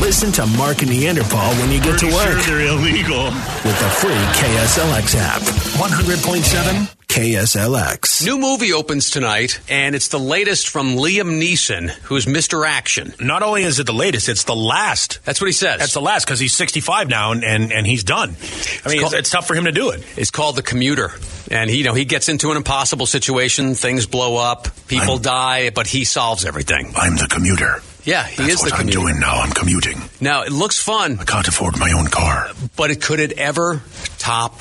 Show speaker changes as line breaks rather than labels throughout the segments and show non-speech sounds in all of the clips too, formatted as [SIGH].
Listen to Mark and Neanderthal when you get
Pretty
to work
Sure they're illegal.
with the free KSLX app. 100.7 KSLX.
New movie opens tonight, and it's the latest from Liam Neeson, who's Mr. Action.
Not only is it the latest, it's the last.
That's what he says.
That's the last because he's 65 now and, and, and he's done. I mean, it's,
called-
it's tough for him to do it.
It's called The Commuter. And he, you know, he gets into an impossible situation, things blow up, people die, but he solves everything.
I'm the commuter.
Yeah, he
That's
is
what
the
I'm
commuter.
doing now. I'm commuting.
Now, it looks fun,
I can't afford my own car.
but it, could it ever top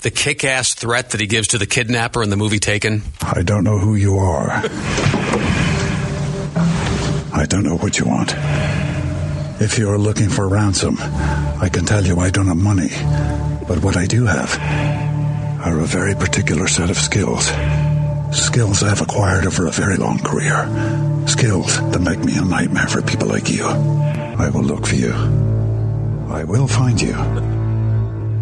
the kick-ass threat that he gives to the kidnapper in the movie Taken?
I don't know who you are. I don't know what you want. If you are looking for ransom, I can tell you I don't have money. But what I do have are a very particular set of skills. Skills I have acquired over a very long career. Skills that make me a nightmare for people like you. I will look for you. I will find you. And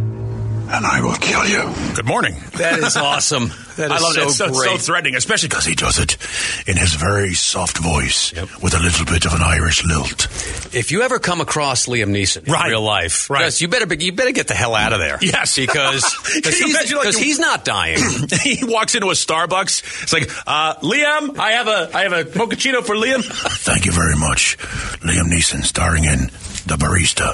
I will kill you.
Good morning.
That is awesome. [LAUGHS] That is
I love
so
it. It's so, it's so
great.
threatening, especially because
As he does it in his very soft voice with a little bit of an Irish lilt.
if you ever come across Liam Neeson in
Right.
real life,
Right.
just- you better be- you better get the hell out of there.
Yes. [LAUGHS]
because [LAUGHS]
Can
because
you
he's,
imagine, like,
'cause
you-
he's not dying.
[LAUGHS] he walks into a Starbucks. It's like, uh, Liam, I have a I have a mochaccino for Liam.
Thank you very much, Liam Neeson, starring in The Barista.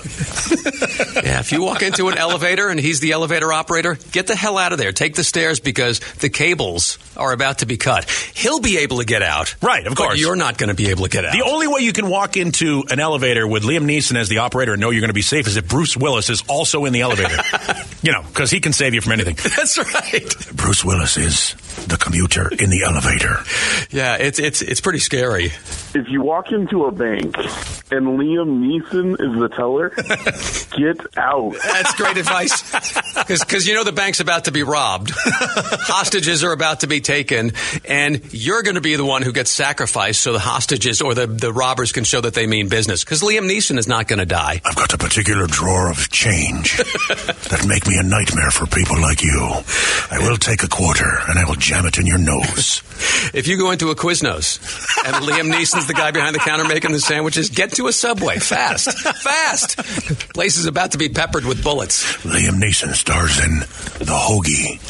[LAUGHS] yeah, if you walk into an elevator and he's the elevator operator, get the hell out of there. Take the stairs because the cables are about to be cut. He'll be able to get out,
Right, of
but
course.
you're not going to be able to get out.
The only way you can walk into an elevator with Liam Neeson as the operator and know you're going to be safe is if Bruce Willis is also in the elevator.
[LAUGHS]
you know, because he can save you from anything.
[LAUGHS] That's right.
Bruce Willis is the commuter in the elevator.
[LAUGHS] Yeah, it's it's it's pretty scary.
If you walk into a bank and Liam Neeson is the teller, get out.
That's great [LAUGHS] advice. Because you know the bank's about to be [LAUGHS] robbed, hostages are about to be taken, and you're going to be the one who gets sacrificed so the hostages or the, the robbers can show that they mean business. Because Liam Neeson is not going to die.
I've got a particular drawer of
[LAUGHS]
change that make me a nightmare for people like you. I will take a quarter and I will jam it in your
[LAUGHS]
nose.
If you go into a Quiznos and Liam Neeson's the guy behind the counter making the sandwiches, get to a subway fast, fast. Place is about to be peppered with bullets.
Liam Neeson stars in The Hoagie.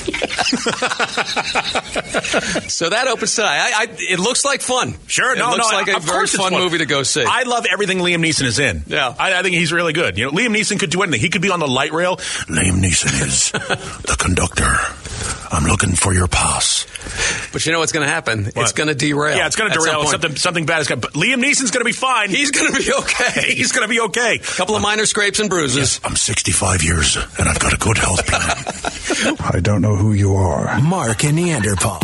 So that opens tonight. I, I, it looks like fun.
Sure,
it
no,
looks
no,
like a
of
very
course it's
fun, movie to go see.
I love everything Liam Neeson is in.
Yeah.
I, I think he's really good. You know, Liam Neeson could do anything. He could be on the light rail.
Liam Neeson
[LAUGHS]
is the conductor. I'm looking for your pass.
but you know what's going to happen? It's
What?
going to derail.
Yeah, it's going
at
to
some
derail.
point.
Something something bad is going. to... Liam Neeson's going to be fine.
He's going to be okay.
[LAUGHS] he's going to be okay.
A [LAUGHS] couple of minor scrapes and bruises.
I'm 65 years and I've got a good health plan.
[LAUGHS] I don't know who you are.
[LAUGHS]
Mark and Neanderthal.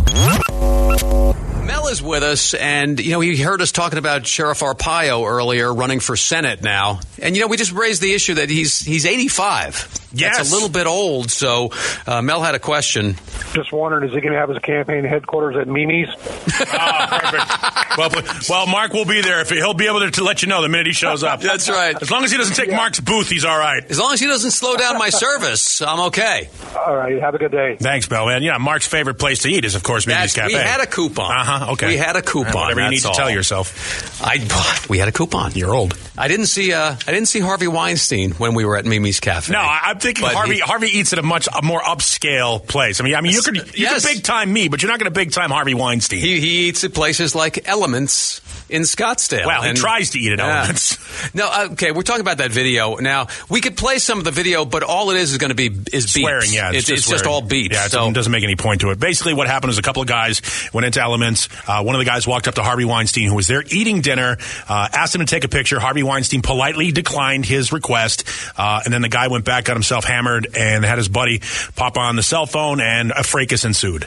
Mel is with us, and you know he heard us talking about Sheriff Arpaio earlier, running for Senate now, and you know we just raised the issue that he's he's 85.
Yes.
That's a little bit old. So uh, Mel had a question.
Just wondering, is he going to have his campaign headquarters at Mimi's?
Oh, perfect. well, but- well, Mark will be there. If he, he'll be able to, to let you know the minute he shows up.
That's right.
As long as he doesn't take Mark's booth, he's all right.
As long as he doesn't slow down
[LAUGHS]
my service, I'm okay.
All right, have a good day.
Thanks, Bill. And yeah, Mark's favorite place to eat is, of course, Minnie's
That's-
Cafe.
we had a coupon.
Uh huh. Okay.
We had a coupon,
Whatever you need
that's
to
all.
tell yourself.
I we had a coupon.
You're old.
I didn't see uh, I didn't see Harvey Weinstein when we were at Mimi's Cafe.
No, I, I'm thinking
But
Harvey.
he-
Harvey eats at a much a more upscale place. I mean, I mean, you could you
Yes.
could big time me, but you're not going to big time Harvey Weinstein.
He, he eats at places like Elements in Scottsdale.
Well, he tries to eat at Elements.
[LAUGHS] No, uh, okay, we're talking about that video now. We could play some of the video, but all it is is going to be is beats.
swearing, yeah,
it's, it's just
swearing.
all beats.
Yeah, it
so
doesn't- doesn't make any point to it. Basically, what happened was a couple of guys went into Elements. Uh, one of the guys walked up to Harvey Weinstein, who was there eating dinner, uh, asked him to take a picture. Harvey Weinstein politely declined his request, uh, and then the guy went back, got himself hammered, and had his buddy pop on the cell phone, and a fracas ensued.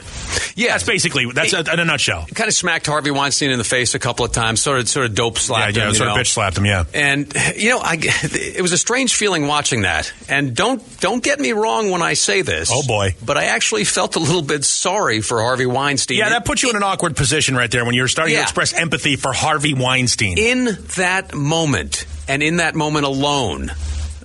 yeah,
That's basically that's
Hey.
uh in a nutshell.
kind of smacked Harvey Weinstein in the face a couple of times. Sort of, sort of dope slapped
yeah,
him.
yeah,
you
sort
know.
of bitch slapped him. Yeah.
And you know, I, [LAUGHS] it was a strange feeling watching that. And don't don't get me wrong when I say this.
Oh, boy.
But I actually felt a little bit sorry for Harvey Weinstein.
Yeah, that puts you in an awkward position right there when you're starting
Yeah.
to express empathy for Harvey Weinstein.
in that moment and in that moment alone,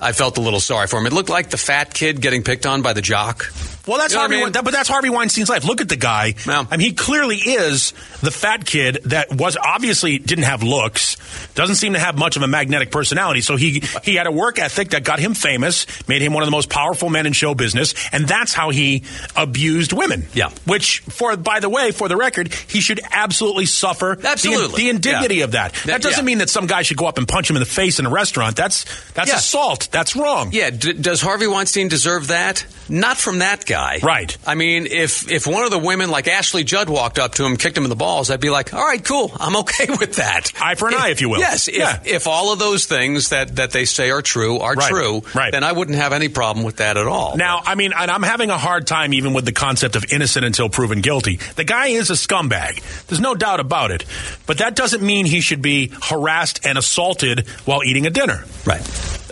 I felt a little sorry for him. It looked like the fat kid getting picked on by the jock.
Well, that's
You know what I
Harvey,
mean?
Wein- that- but that's Harvey Weinstein's life. Look at the guy.
Yeah.
I mean, he clearly is the fat kid that was obviously didn't have looks, doesn't seem to have much of a magnetic personality. So he he had a work ethic that got him famous, made him one of the most powerful men in show business, and that's how he abused women.
Yeah.
which for by the way, for the record, he should absolutely suffer the- the,
Absolutely.
indignity
Yeah.
of that. That,
That-
doesn't
yeah.
mean that some guy should go up and punch him in the face in a restaurant. That's that's
Yeah.
assault. That's wrong.
Yeah, d- does Harvey Weinstein deserve that? Not from that guy.
Right.
I mean, if if one of the women like Ashley Judd walked up to him, kicked him in the balls, I'd be like, "All right, cool. I'm okay [LAUGHS] with that."
Eye for an eye, if you will.
Yes, if,
Yeah.
if all of those things that that they say are true are
Right.
true,
Right.
then I wouldn't have any problem with that at all.
Now, I mean, and I'm having a hard time even with the concept of innocent until proven guilty. The guy is a scumbag. There's no doubt about it. But that doesn't mean he should be harassed and assaulted while eating a dinner.
right.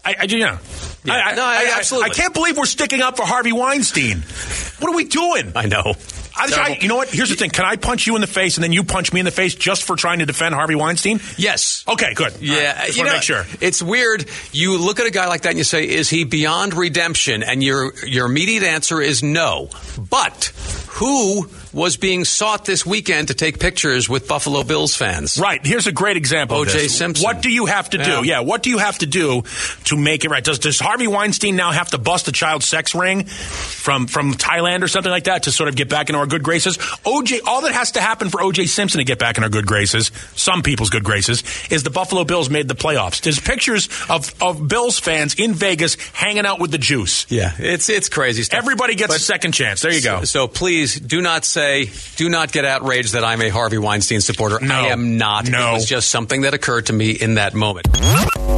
I, I you know.
Yeah. No, I- absolutely.
I, can't believe we're sticking up for Harvey Weinstein. What are we doing?
I know.
I, I,
Terrible.
you know what? Here's the thing. Can I punch you in the face and then you punch me in the face just for trying to defend Harvey Weinstein?
Yes.
Okay, good. All right.
Yeah,
Just
you
want
know,
to make sure.
it's weird. You look at a guy like that and you say, "Is he beyond redemption?" And your your immediate answer is no. But who was being sought this weekend to take pictures with Buffalo Bills fans?
Right. Here's a great example. of
O.J.
this.
Simpson.
What do you have to do? Yeah.
Yeah.
What do you have to do to make it right? Does does Harvey Weinstein now have to bust a child sex ring from from Thailand or something like that to sort of get back into our good graces? O.J. All that has to happen for O.J. Simpson to get back in our good graces, some people's good graces, is the Buffalo Bills made the playoffs. There's pictures of of Bills fans in Vegas hanging out with the juice.
Yeah, it's it's crazy stuff.
Everybody gets a
But-
second chance. There you go.
So please do not say, do not get outraged that I'm a Harvey Weinstein supporter.
No.
I am not.
No.
It was just something that occurred to me in that moment.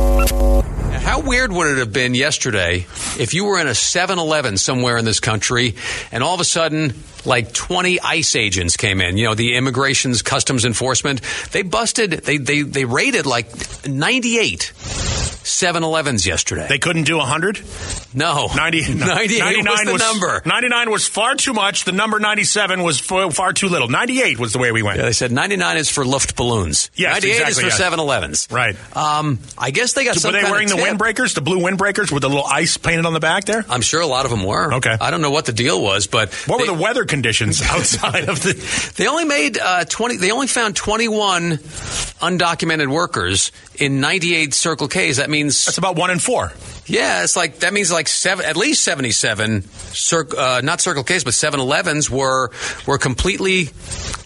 How weird would it have been yesterday if you were in a 7 Eleven somewhere in this country and all of a sudden, like 20 ICE agents came in, you know, the immigration's customs enforcement. They busted, they, they, they raided like 98 7 Elevens yesterday.
They couldn't do 100?
no. [LAUGHS]
90, no,
98 was the number.
99 was far too much. The number 97 was far, far too little. 98 was the way we went.
Yeah, they said 99 is for Luft balloons.
Yes,
98 is
exactly,
for
yes.
7 Elevens.
Right.
Um, I guess they got
were
some
they
kind
wearing
of
the
tip.
windbreakers, the blue windbreakers with the little ice painted on the back there?
I'm sure a lot of them were.
Okay.
I don't know what the deal was, but
What
they,
were the weather
[LAUGHS]
conditions outside of the.
They only made uh, 20. They only found 21 undocumented workers in 98 Circle K's. That means
That's about one in four.
yeah, it's like that means like seven, at least 77. Cir- uh, not Circle K's, but 7-Elevens were were completely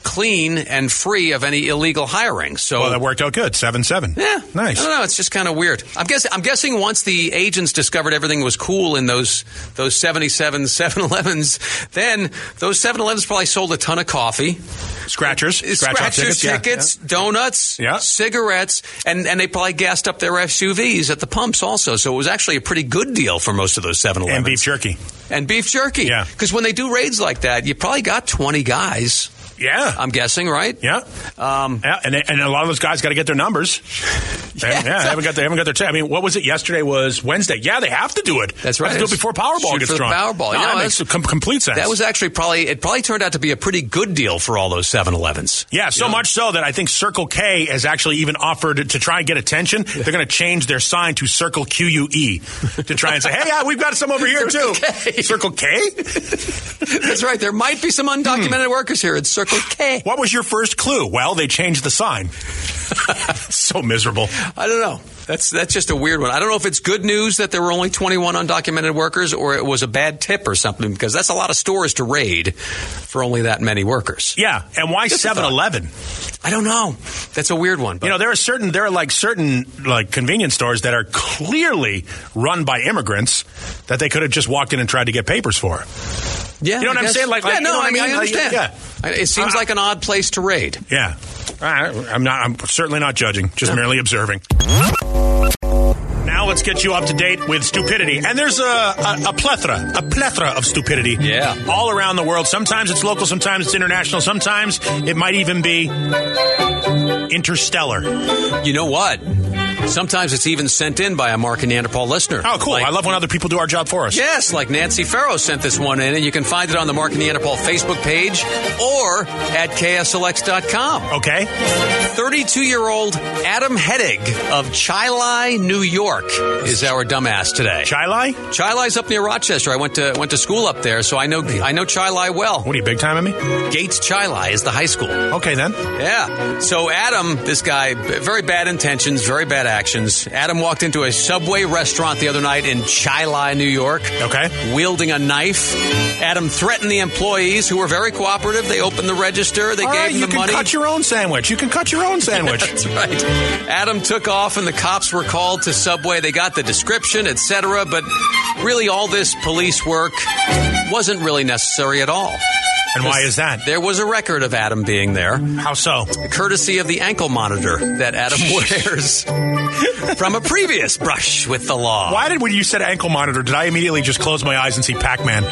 clean and free of any illegal hiring. So
Well, that worked out good. Seven, seven.
Yeah, Uh,
Nice.
I don't know. It's just kind of weird. I'm guessing. I'm guessing once the agents discovered everything was cool in those those 77 [LAUGHS] 7-Elevens, then those 7-Elevens probably sold a ton of coffee,
Scratchers. Scratch off
scratchers,
tickets. yeah.
tickets, donuts,
Yeah.
cigarettes, and and they probably gassed up their SUVs at the pumps also. So it was actually a pretty good deal for most of those 7-Elevens
And beef jerky.
and beef jerky.
Yeah.
because when they do raids like that, you probably got 20 guys.
Yeah.
I'm guessing, right?
yeah.
Um,
Yeah, and, and a lot of those guys got to get
[LAUGHS]
their numbers. They- yeah, they haven't got they haven't got their. T- I mean, what was it? Yesterday was Wednesday. Yeah, they have to do it.
That's
They have
right.
to do it before Powerball
Shoot
gets
for the
drawn.
Powerball.
No,
Yeah,
that
that's-
makes com- complete sense.
That was actually probably it probably turned out to be a pretty good deal for all those 7-Elevens.
Yeah, so
Yeah.
much so that I think Circle K has actually even offered to try and get attention. They're going to change their sign to Circle QUE to try and say, "Hey, yeah, we've got some over here too."
K.
Circle K.
That's right. There might be some undocumented
Hmm.
workers here at
[LAUGHS]
Circle K.
What was your first clue? Well, they changed the sign. [LAUGHS] so miserable.
I don't know. That's that's just a weird one. I don't know if it's good news that there were only 21 undocumented workers or it was a bad tip or something because that's a lot of stores to raid for only that many workers.
Yeah, and why
Just a thought.
7-Eleven?
I don't know. That's a weird one. But
You know, there are certain there are like certain like convenience stores that are clearly run by immigrants that they could have just walked in and tried to get papers for.
yeah,
you know what
I
I'm
guess.
saying? Like- like,
yeah,
you
no,
know what I
I mean,
mean?
I
Like,
understand.
yeah. Uh,
I- It seems like an odd place to raid.
Yeah. I, I'm not. I'm certainly not judging. Just merely observing. Now let's get you up to date with stupidity. And there's a, a, a plethora, a plethora of stupidity.
Yeah.
All around the world. Sometimes it's local. Sometimes it's international. Sometimes it might even be interstellar.
You know what? Sometimes it's even sent in by a Mark and Neanderthal listener.
Oh, cool.
Like-
I love when other people do our job for us.
Yes, like Nancy Farrow sent this one in, and you can find it on the Mark and Neanderthal Facebook page or at KSLX.com.
Okay.
32 year old Adam Hedig of Chilai, New York is our dumbass today.
Chai Lai?
Chilai's up near Rochester. I went to went to school up there, so I know I know Chilai well.
What are you, big time at me?
Gates Chilai is the high school.
Okay, then.
Yeah. So Adam, this guy, b- very bad intentions, very bad actions. Adam walked into a Subway restaurant the other night in Chilai, New York.
Okay.
Wielding a knife, Adam threatened the employees who were very cooperative. They opened the register. They
All
gave
right,
him
you
the
can
money.
cut your own sandwich. You can cut your own sandwich.
[LAUGHS] That's right. Adam took off, and the cops were called to Subway. They got the description, etc. But really, all this police work wasn't really necessary at all.
and why is that?
There was a record of Adam being there,
How so?
courtesy of the ankle monitor that
[LAUGHS]
Adam wears from a previous brush with the law.
Why did when you said ankle monitor, did I immediately just close my eyes and
[LAUGHS]
see Pac-Man?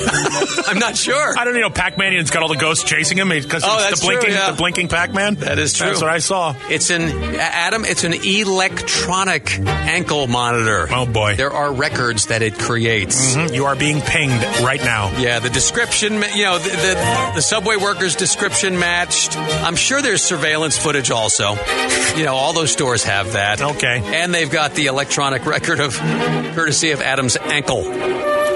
I'm not sure.
I don't know. Pac-Manian's got all the ghosts chasing him because
Oh,
it's
that's
the blinking,
true, yeah.
the blinking Pac-Man.
That is true.
That's what I saw.
It's an A- Adam. It's an electronic ankle monitor.
Oh, boy.
there are records that it creates.
Mhm. You are being pinged right now.
Yeah, the description, ma- you know, the, the, the subway workers' description matched. I'm sure there's surveillance footage also. You know, all those stores have that.
Okay.
And they've got the electronic record of courtesy of Adam's ankle.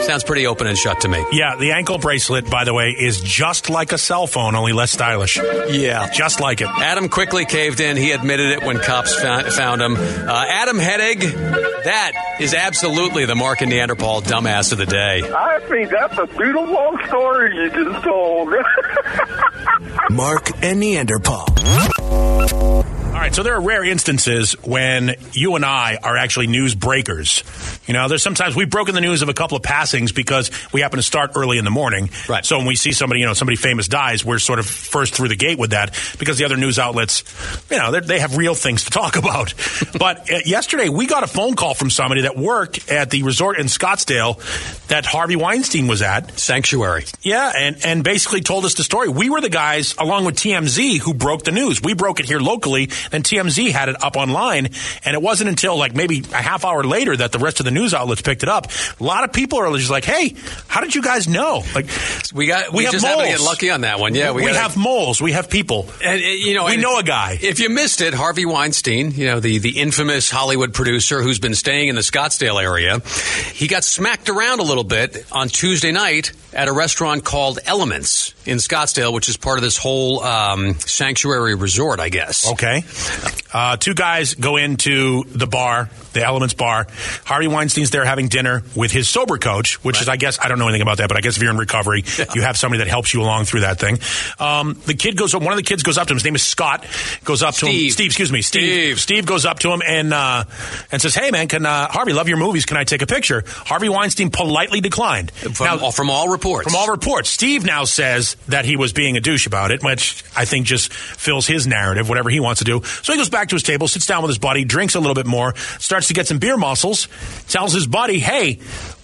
Sounds pretty open and shut to me.
Yeah, the ankle bracelet, by the way, is just like a cell phone, only less stylish.
Yeah.
Just like it.
Adam quickly caved in. He admitted it when cops found, found him. Uh, Adam Hedig, that is absolutely the Mark and Neanderthal dumbass of the day.
I think that's a beautiful story you just told. [LAUGHS]
Mark and Neanderthal.
All right, so there are rare instances when you and I are actually news breakers. You know, there's sometimes we've broken the news of a couple of passings because we happen to start early in the morning.
Right.
So when we see somebody, you know, somebody famous dies, we're sort of first through the gate with that because the other news outlets, you know, they're- they have real things to talk [LAUGHS] about. but uh, yesterday we got a phone call from somebody that worked at the resort in Scottsdale that Harvey Weinstein was at.
Sanctuary.
Yeah, and, and basically told us the story. We were the guys, along with TMZ, who broke the news. We broke it here locally, then TMZ had it up online, and it wasn't until like maybe a half hour later that the rest of the news outlets picked it up. A lot of people are just like, "Hey, how did you guys know?" Like,
We got. We,
have
just
moles.
happened to get lucky on that one. Yeah, we,
we
gotta-
have moles. We have people.
And, uh, you know,
we
and
know a guy.
If you missed it, Harvey Weinstein, you know the the infamous Hollywood producer who's been staying in the Scottsdale area, he got smacked around a little bit on Tuesday night at a restaurant called Elements in Scottsdale, which is part of this whole um, sanctuary resort, I guess.
Okay. Uh, two guys go into the bar, the Elements Bar. Harvey Weinstein's there having dinner with his sober coach, which is, I guess, I don't know anything about that, but I guess if you're
[LAUGHS]
in recovery, you have somebody that helps you along through that thing. Um, the kid goes, one of the kids goes up to him. His name is Scott. Goes up to him.
Steve.
Steve, excuse me, Steve.
Steve.
goes up to him and uh, and says, "Hey, man, can uh, Harvey love your movies? Can I take a picture?" Harvey Weinstein politely declined.
From,
Now-
all, from all reports,
from all reports, Steve now says that he was being a douche about it, which I think just fills his narrative, whatever he wants to do. So he goes back to his table, sits down with his buddy, drinks a little bit more, starts to get some beer muscles, tells his buddy, hey,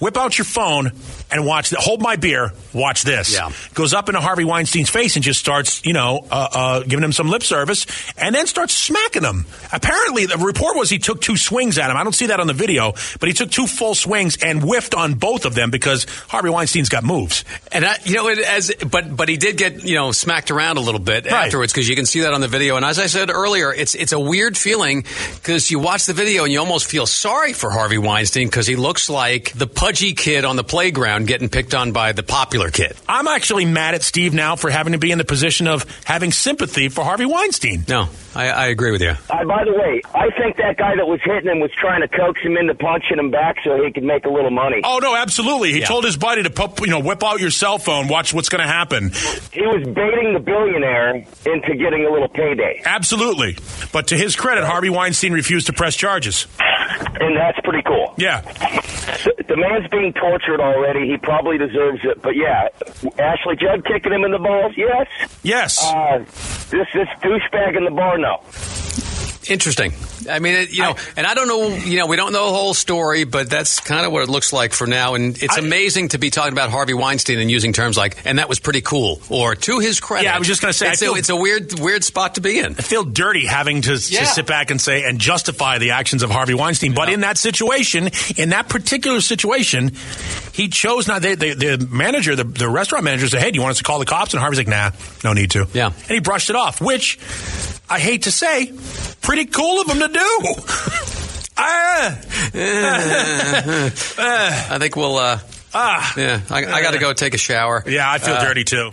whip out your phone and watch, th- hold my beer, watch this.
Yeah.
Goes up into Harvey Weinstein's face and just starts, you know, uh, uh, giving him some lip service and then starts smacking him. Apparently, the report was he took two swings at him. I don't see that on the video, but he took two full swings and whiffed on both of them because Harvey Weinstein's got moves.
and I, you know, it, as but but he did get you know smacked around a little bit
Right.
afterwards because you can see that on the video. And as I said earlier, it's it's a weird feeling because you watch the video and you almost feel sorry for Harvey Weinstein because he looks like the pudgy kid on the playground getting picked on by the popular kid.
I'm actually mad at Steve now for having to be in the position of having sympathy for Harvey Weinstein.
No, I, I agree with you.
Uh, by the way, I think that guy that was hitting him was trying to coax him into punching him back so he could make a little money.
Oh no, absolutely. He
Yeah.
told his buddy to pop, you know whip out your cell phone, watch what's going to happen.
He was baiting the billionaire into getting a little payday,
Absolutely. But to his credit, Harvey Weinstein refused to press charges.
and that's pretty cool.
Yeah.
The, the man's being tortured already. He probably deserves it. But yeah, Ashley Judd kicking him in the balls. Yes.
Yes.
Uh, this this douchebag in the bar. No.
Interesting. I mean, it, you know, and I don't know, you know, we don't know the whole story, but that's kind of what it looks like for now. And it's
I-
amazing to be talking about Harvey Weinstein and using terms like, and that was pretty cool, or to his credit.
Yeah, I was just gonna say, I
it's,
feel-
a, it's a weird, weird spot to be in.
I feel dirty having to, to
Yeah.
sit back and say and justify the actions of Harvey Weinstein. But in that situation, in that particular situation, he chose not. They, they, the manager, the, the restaurant manager said, Hey, do you want us to call the cops? And Harvey's like, Nah, no need to.
Yeah.
And he brushed it off, which I hate to say, pretty cool of him to do. [LAUGHS] uh, Ah,
I think we'll, uh,
ah.
yeah, I, I got to go take a shower.
Yeah, I feel dirty too.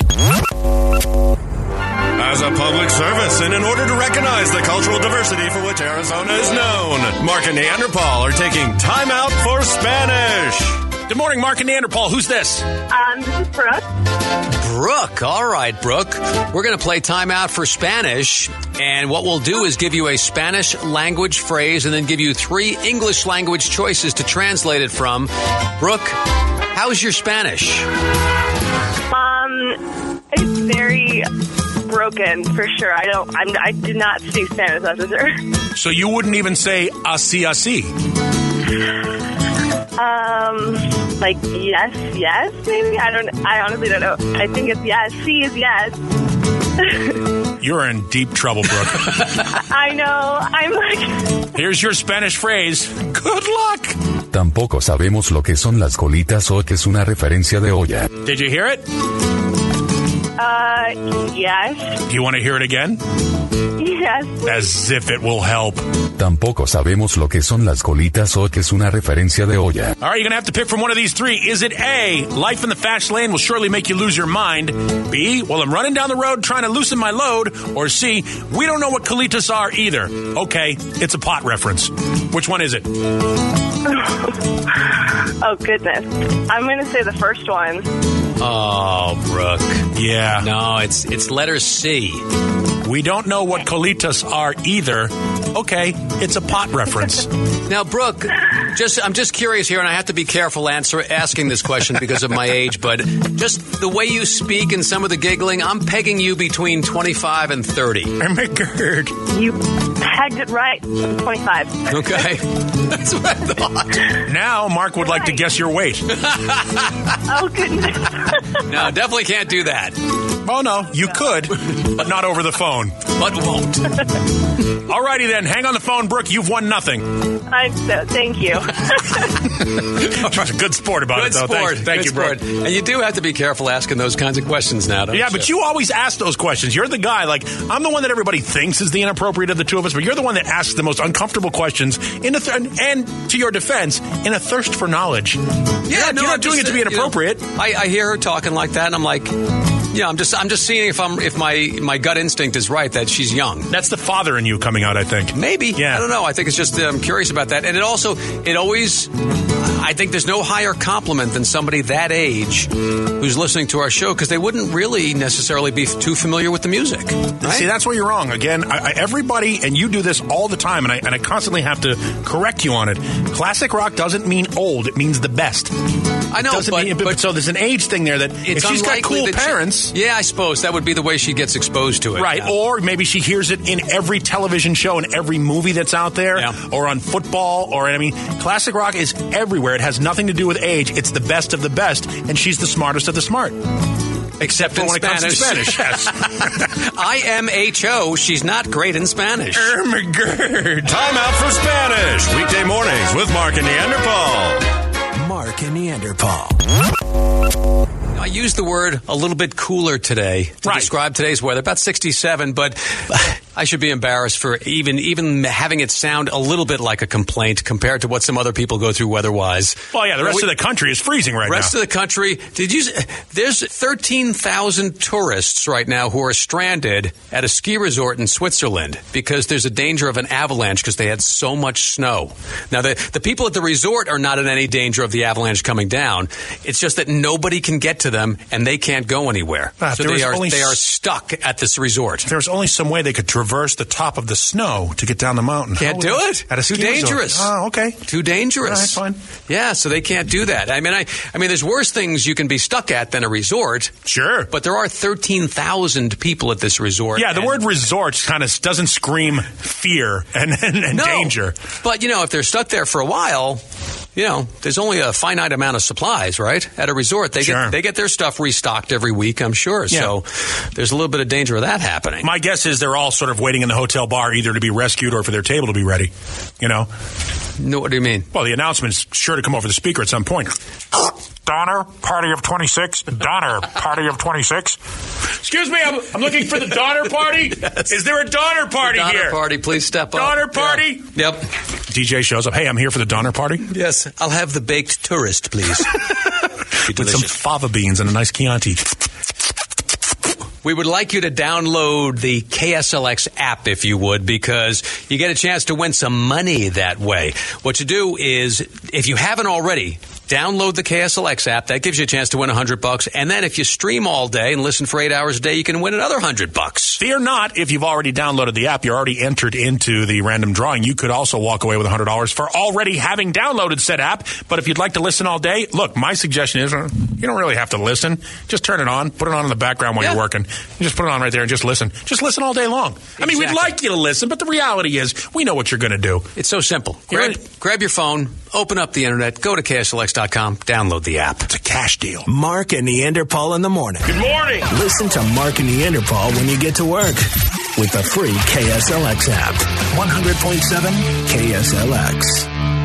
As a public service, and in order to recognize the cultural diversity for which Arizona is known, Mark and Neanderthal are taking time out for Spanish.
Good morning, Mark and Neanderthal. Who's this?
Um, this is Brooke.
Brooke. All right, Brooke. We're going to play timeout for Spanish. And what we'll do is give you a Spanish language phrase and then give you three English language choices to translate it from. Brooke, how's your Spanish?
Um, it's very broken for sure. I don't. I'm, I did not speak Spanish as a
So you wouldn't even say asi asi.
[LAUGHS] Um, like yes, yes, maybe. I don't. I honestly don't know. I think it's yes. C is yes.
You're in deep trouble, Brooke.
I know. I'm like.
[LAUGHS] Here's your Spanish phrase. Good luck.
Tampoco sabemos lo que son las colitas o que es una referencia de olla.
Did you hear it? Do
Uh, yes, [LAUGHS]
you want to hear it again?
yes.
As if it will help. All
Tampoco sabemos lo que son las colitas o que es una referencia de olla.
right, you're going to have to pick from one of these three. Is it A, life in the fast lane will surely make you lose your mind? B, well, I'm running down the road trying to loosen my load? Or C, we don't know what colitas are either. Okay, it's a pot reference. Which one is it?
Oh goodness. I'm gonna say the first one.
Oh, Brooke.
Yeah.
No, it's it's letter C.
We don't know what colitas are either. Okay, it's a pot reference.
Now, Brooke, just I'm just curious here, and I have to be careful answer asking this question because of my age. But just the way you speak and some of the giggling, I'm pegging you between 25 and 30.
I'm a gerd.
You pegged it right. I'm 25.
Okay, [LAUGHS] that's what I thought.
Now, Mark would like to guess your weight.
Oh goodness. [LAUGHS]
No, definitely can't do that.
Oh, no, you could, but not over the phone.
But won't.
Alrighty then, hang on the phone, Brooke. You've won nothing. [LAUGHS]
I'm so. Thank you.
She's a good sport about
Good
it, though.
sport.
Thank, thank
Good
you, Brooke.
sport. And you do have to be careful asking those kinds of questions now. Don't
Yeah, but you always ask those questions. You're the guy. Like I'm the one that everybody thinks is the inappropriate of the two of us, but you're the one that asks the most uncomfortable questions. In a th- and to your defense, in a thirst for knowledge.
Yeah,
you're not doing it to be inappropriate.
I, I hear her talking like that, and I'm like, yeah, I'm just I'm just seeing if I'm if my my gut instinct is right that she's young.
That's the father in you coming out. I think.
Maybe.
Yeah.
I don't know. I think it's just uh, I'm curious about that. And it also it always I think there's no higher compliment than somebody that age who's listening to our show because they wouldn't really necessarily be too familiar with the music. Right?
See, that's where you're wrong. Again, I, I, everybody, and you do this all the time, and I, and I constantly have to correct you on it. Classic rock doesn't mean old; it means the best.
I know,
doesn't
but,
mean, but,
but
[LAUGHS] so there's an age thing there that if
it's
she's got
unlikely
cool
that she-
parents,
yeah, I suppose that would be the way she gets exposed to it.
right?
Yeah.
Or maybe she hears it in every television show and every movie that's out there,
Yeah.
or on football, or I mean, classic rock is everywhere. It has nothing to do with age. It's the best of the best, and she's the smartest of the smart.
except
But
in
when
Spanish.
it
[LAUGHS]
comes to Spanish, [LAUGHS] yes.
I M H O. She's not great in Spanish.
Er. Ermagerd.
Time out for Spanish, weekday mornings with Mark and Neanderthal.
Mark and Neanderthal.
I used the word a little bit cooler today to
Right.
describe today's weather, about 67, but I should be embarrassed for even even having it sound a little bit like a complaint compared to what some other people go through weather-wise.
Well, yeah, the rest
We-
of the country is freezing right
rest
now.
of the country, did you s- there's 13,000 tourists right now who are stranded at a ski resort in Switzerland because there's a danger of an avalanche because they had so much snow. Now the the people at the resort are not in any danger of the avalanche coming down. It's just that nobody can get to them and they can't go anywhere.
Ah, if
so
there
they
was
are
only
they
s-
are stuck at this resort.
if there was only some way they could traverse traverse the top of the snow to get down the mountain.
Can't
How
do
would I-
it.
At a
Too
ski resort.
dangerous.
Oh, okay.
Too dangerous.
All right,
Yeah, so they can't do that. I mean, I, I mean, there's worse things you can be stuck at than a resort.
Sure.
But there are 13,000 people at this resort.
Yeah, the word resort kind of doesn't scream fear and, and, and
No.
danger.
But, you know, if they're stuck there for a while, you know, there's only a finite amount of supplies, right? At a resort, they
Sure.
get they get their stuff restocked every week, I'm sure.
Yeah.
So there's a little bit of danger of that happening.
My guess is they're all sort of waiting in the hotel bar either to be rescued or for their table to be ready. You know?
No, what do you mean?
Well, the announcement's sure to come over the speaker at some point. Donner, party of 26. Donner, party of 26. Excuse me, I'm, I'm looking for the
[LAUGHS]
Donner party. Is there a Donner party
Donner
here?
party, please step up.
Donner
Yeah.
party?
Yep.
DJ shows up. Hey, I'm here for the Donner party
Yes, I'll have the baked tourist, please.
with some fava beans and a nice Chianti.
We would like you to download the KSLX app if you would, because you get a chance to win some money that way. What you do is, if you haven't already, download the KSLX app. That gives you a chance to win 100 bucks. And then if you stream all day and listen for eight hours a day, you can win another 100 bucks.
Fear not, if you've already downloaded the app, you're already entered into the random drawing. You could also walk away with $100 for already having downloaded said app. But if you'd like to listen all day, look, my suggestion is uh, you don't really have to listen. Just turn it on, put it on in the background while
Yeah.
you're working. Just put it on right there and just listen. Just listen all day long. I mean, we'd
Exactly.
like you to listen, but the reality is we know what you're going to do.
It's so simple.
You're
Grab,
right.
grab your phone, open up the internet, go to KSLX.com, download the app.
It's a cash deal.
Mark and Neanderthal in the morning.
Good morning.
Listen to Mark and Neanderthal when you get to work with the free KSLX app. 100.7 KSLX.